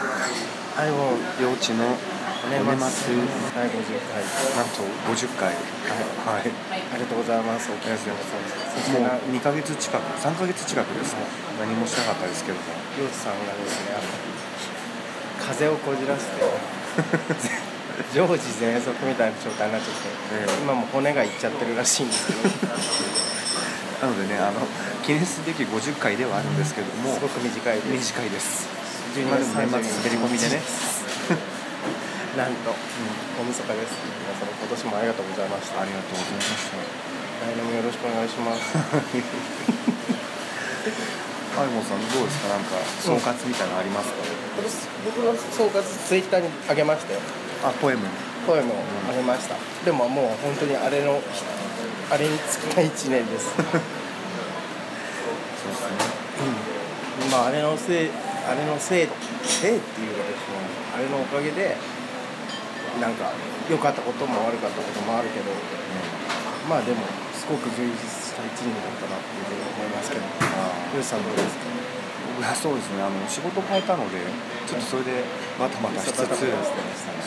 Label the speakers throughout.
Speaker 1: 最後
Speaker 2: 幼稚の
Speaker 1: 年
Speaker 2: お
Speaker 1: 末第50回
Speaker 2: なんと50回はい
Speaker 1: ありがとうございますお聞きくださいそして
Speaker 2: もう
Speaker 1: な
Speaker 2: 2ヶ月近く3ヶ月近くですね何もしなかったですけども
Speaker 1: 漁師さんがですねあの風邪をこじらせて常時喘息みたいな状態になっちゃ
Speaker 2: え
Speaker 1: って
Speaker 2: え
Speaker 1: 今もう骨がいっちゃってるらしいんですけど
Speaker 2: なのでねあの記念すべき50回ではあるんですけども
Speaker 1: すごく短いです
Speaker 2: 短いです
Speaker 1: 12
Speaker 2: まあで
Speaker 1: 月
Speaker 2: も年末滑り込み
Speaker 1: 30日
Speaker 2: でね、
Speaker 1: なんと
Speaker 2: う
Speaker 1: 大晦日です皆様今年もありがとうございまし
Speaker 2: ん、
Speaker 1: た
Speaker 2: あ
Speaker 1: 来
Speaker 2: りがとうございました
Speaker 1: 年もよろしくお願いします
Speaker 2: アイモンさんどうですかなんか総括みたいなのありますか、
Speaker 1: 今年僕の総括ツイッターに上げましたよ
Speaker 2: あポエム
Speaker 1: こういうのをあげました、でももう本当にあれのあれに尽きた1年です
Speaker 2: そうですね
Speaker 1: まああれのせいあれのせいせいっていうかですねあれのおかげでなんか良かったことも悪かったこともあるけどまあでもすごく充実した1年だったなっていうふうに思いますけど
Speaker 2: うんあー
Speaker 1: ヨシさんどうですか
Speaker 2: 僕はそうですねあの仕事変えたのでちょっとそれでバタバタしつ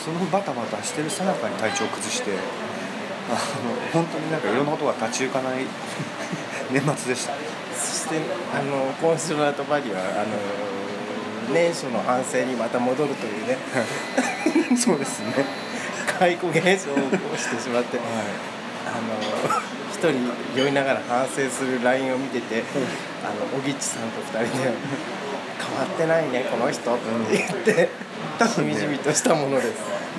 Speaker 2: つそのバタバタしてるさなかに体調崩してあの本当になんかいろんなことが立ち行かない 年末でした
Speaker 1: そしてあのコンシュラートバリはあの年初の反省にまた戻るという ね
Speaker 2: そうですね
Speaker 1: 解雇現象を起こしてしまって
Speaker 2: は
Speaker 1: あの一人酔いながら反省する LINE を見てて、あの小木地さんと二人で「変わってないねこの人」って言って、しみじみとしたものです
Speaker 2: い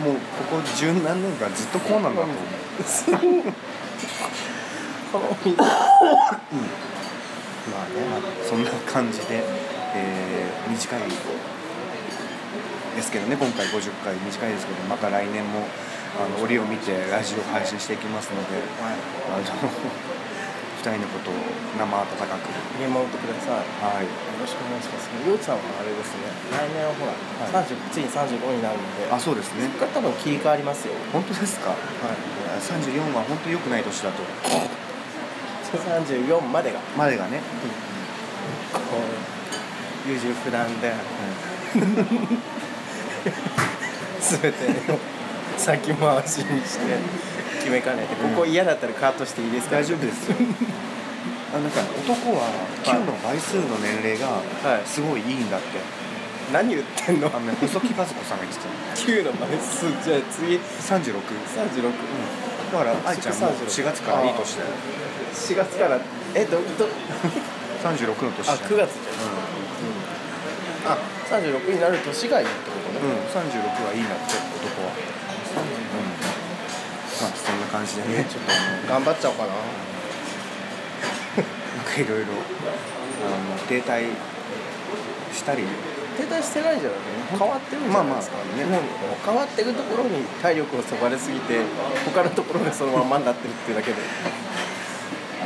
Speaker 2: もうここ十何年間ずっとこうなんだと思う
Speaker 1: この水
Speaker 2: まあねそんな感じで、えー短いですけどね今回50回短いですけどまた来年もあの折を見てラジオ配信していきますのであの 二人のことを生温かく
Speaker 1: 見守ってください
Speaker 2: はい
Speaker 1: よろしくお願いしますようちさんはあれですね来年はほら、
Speaker 2: はい
Speaker 1: 30ついに35になるので
Speaker 2: あそうですね
Speaker 1: そこから多分切り替わりますよ
Speaker 2: 本当ですか
Speaker 1: はい
Speaker 2: 34は本当に良くない年だと
Speaker 1: 34までが
Speaker 2: までがね、
Speaker 1: こう優柔不断で全てを先回しにして決めかねてここ嫌だったらカットしていいですか
Speaker 2: 大丈夫ですよあなんか男は9の倍数の年齢が
Speaker 1: い
Speaker 2: すごいいいんだって、
Speaker 1: 何言ってんの
Speaker 2: あのね細木和子さんが言ってたの
Speaker 1: 9の倍数じゃあ次
Speaker 2: 36
Speaker 1: 36
Speaker 2: だから愛ちゃんも4月からいい年だよ
Speaker 1: 4月からえどど
Speaker 2: 36の年
Speaker 1: あ9月じゃんあ36になる年がいいってこと
Speaker 2: うん、
Speaker 1: ね、
Speaker 2: うん、36はいいなって男はうんまあそんな感じでね
Speaker 1: ちょっとあの頑張っちゃおうかな
Speaker 2: なんかいろいろあの停滞したり
Speaker 1: 停滞してないじゃない変わってるんじゃないですか、
Speaker 2: まあまあ
Speaker 1: ね変わってるところに体力をそがれすぎて他のところがそのまんまになってるっていうだけで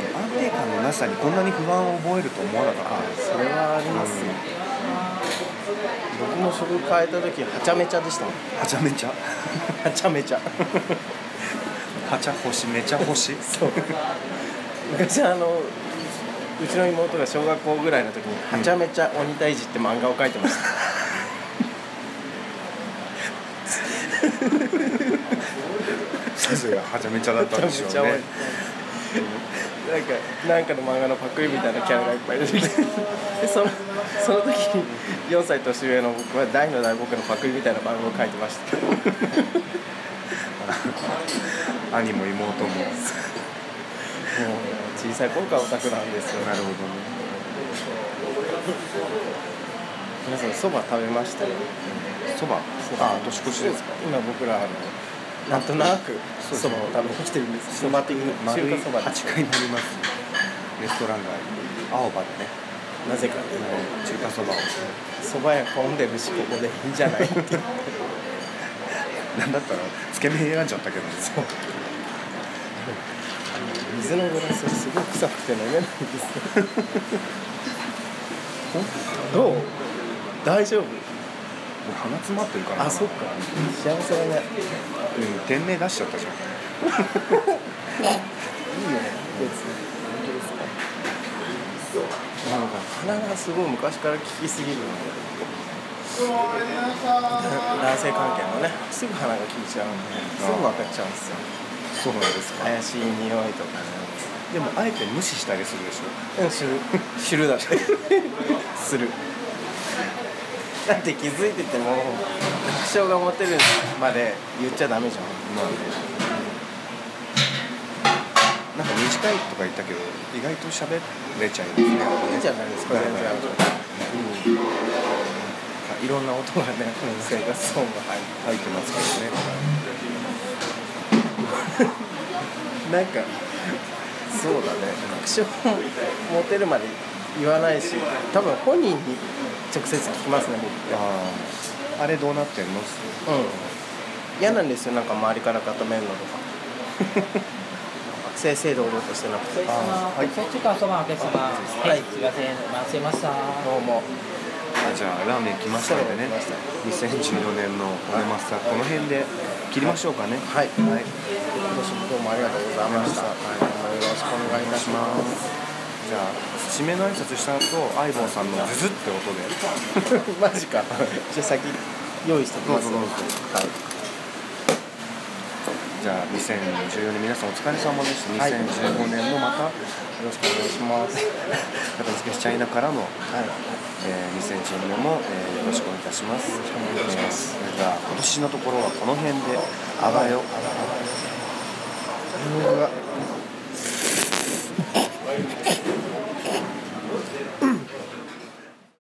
Speaker 2: あの安定感のなさにこんなに不安を覚えると思わなかったです
Speaker 1: それはありますね、僕も職変えた時はちゃめちゃでしたもん
Speaker 2: はちゃめちゃ
Speaker 1: はちゃめちゃ
Speaker 2: はちゃ星めちゃ星
Speaker 1: そう昔あのうちの妹が小学校ぐらいの時に「はちゃめちゃ鬼退治」って漫画を描いてました
Speaker 2: さすがはちゃめちゃだったんでしょうね
Speaker 1: 鬼退治なんかなんかの漫画のパクリみたいなキャラがいっぱい出てきてでそのその時に4歳年上の僕は大の大僕のパクリみたいな漫画を描いてました
Speaker 2: 兄も妹も
Speaker 1: もう小さい頃からオタクなんですよ
Speaker 2: なるほどね
Speaker 1: 皆さんそば食べましたよ
Speaker 2: そばあ年越しですか
Speaker 1: 今僕らあのなんとなく
Speaker 2: そうです
Speaker 1: そばを食べに来てるんですそば的に
Speaker 2: 丸い
Speaker 1: 中華そばです
Speaker 2: 8階になりますレストラン街青葉でね
Speaker 1: なぜか
Speaker 2: 中華そばを
Speaker 1: そば屋混んでるしここでいいんじゃないって
Speaker 2: なんだったらつけ麺選んじゃったけどね
Speaker 1: 水のグラスすごく臭くて飲めないんですよどう大丈夫
Speaker 2: もう鼻詰まってるから
Speaker 1: あそっか幸せだね
Speaker 2: うん店名出しちゃったじゃん
Speaker 1: いいよね別に本当ですか
Speaker 2: なんか
Speaker 1: 鼻がすごい昔から効きすぎるので 男性関係のねすぐ鼻が利いちゃうんで、すぐ分かっちゃうんですよ
Speaker 2: そうなんですか
Speaker 1: 怪しい匂いとかね
Speaker 2: でもあえて無視したりするでしょ
Speaker 1: うんするするだってするだって気づいてても確証が持てるまで言っちゃダメじゃん
Speaker 2: まあねなんか短いとか言ったけど意外と喋れちゃいますね
Speaker 1: いいじゃないですか全然
Speaker 2: はいはい
Speaker 1: うんいろんな音がね生活音が入
Speaker 2: 入
Speaker 1: る
Speaker 2: ってますけ どね
Speaker 1: なんかそうだね確証持てるまで言わないし多分本人に直接聞きますね僕って
Speaker 2: あああれどうなってんの
Speaker 1: うん嫌なんですよなんか周りから固めるのと か正々堂々としてなくて
Speaker 2: あはい
Speaker 3: そっちかそばお客様。はいい、すいません、待ってました。
Speaker 1: どうも
Speaker 2: あじゃあラーメン来ましたのでね2014年の「骨マスター」この辺で切りましょうかね
Speaker 1: はい、はい、今年もどうもありがとうございました、はい、よろしくお願いいたします
Speaker 2: じゃあ締めの挨拶した後アイボンさんのズズって音で
Speaker 1: マジかじゃあ先用意しておきます
Speaker 2: どうぞどうぞ
Speaker 1: はい
Speaker 2: じゃあ2014年皆さんお疲れ様です
Speaker 1: はい
Speaker 2: 2015年もまた
Speaker 1: よろしくお願いします
Speaker 2: 片付けしちゃいなからの、
Speaker 1: はい
Speaker 2: えー、2014年も、えーよろしくお願いいたしますよろしく
Speaker 1: お願いします
Speaker 2: じゃあ今年のところはこの辺であばよ
Speaker 1: うわ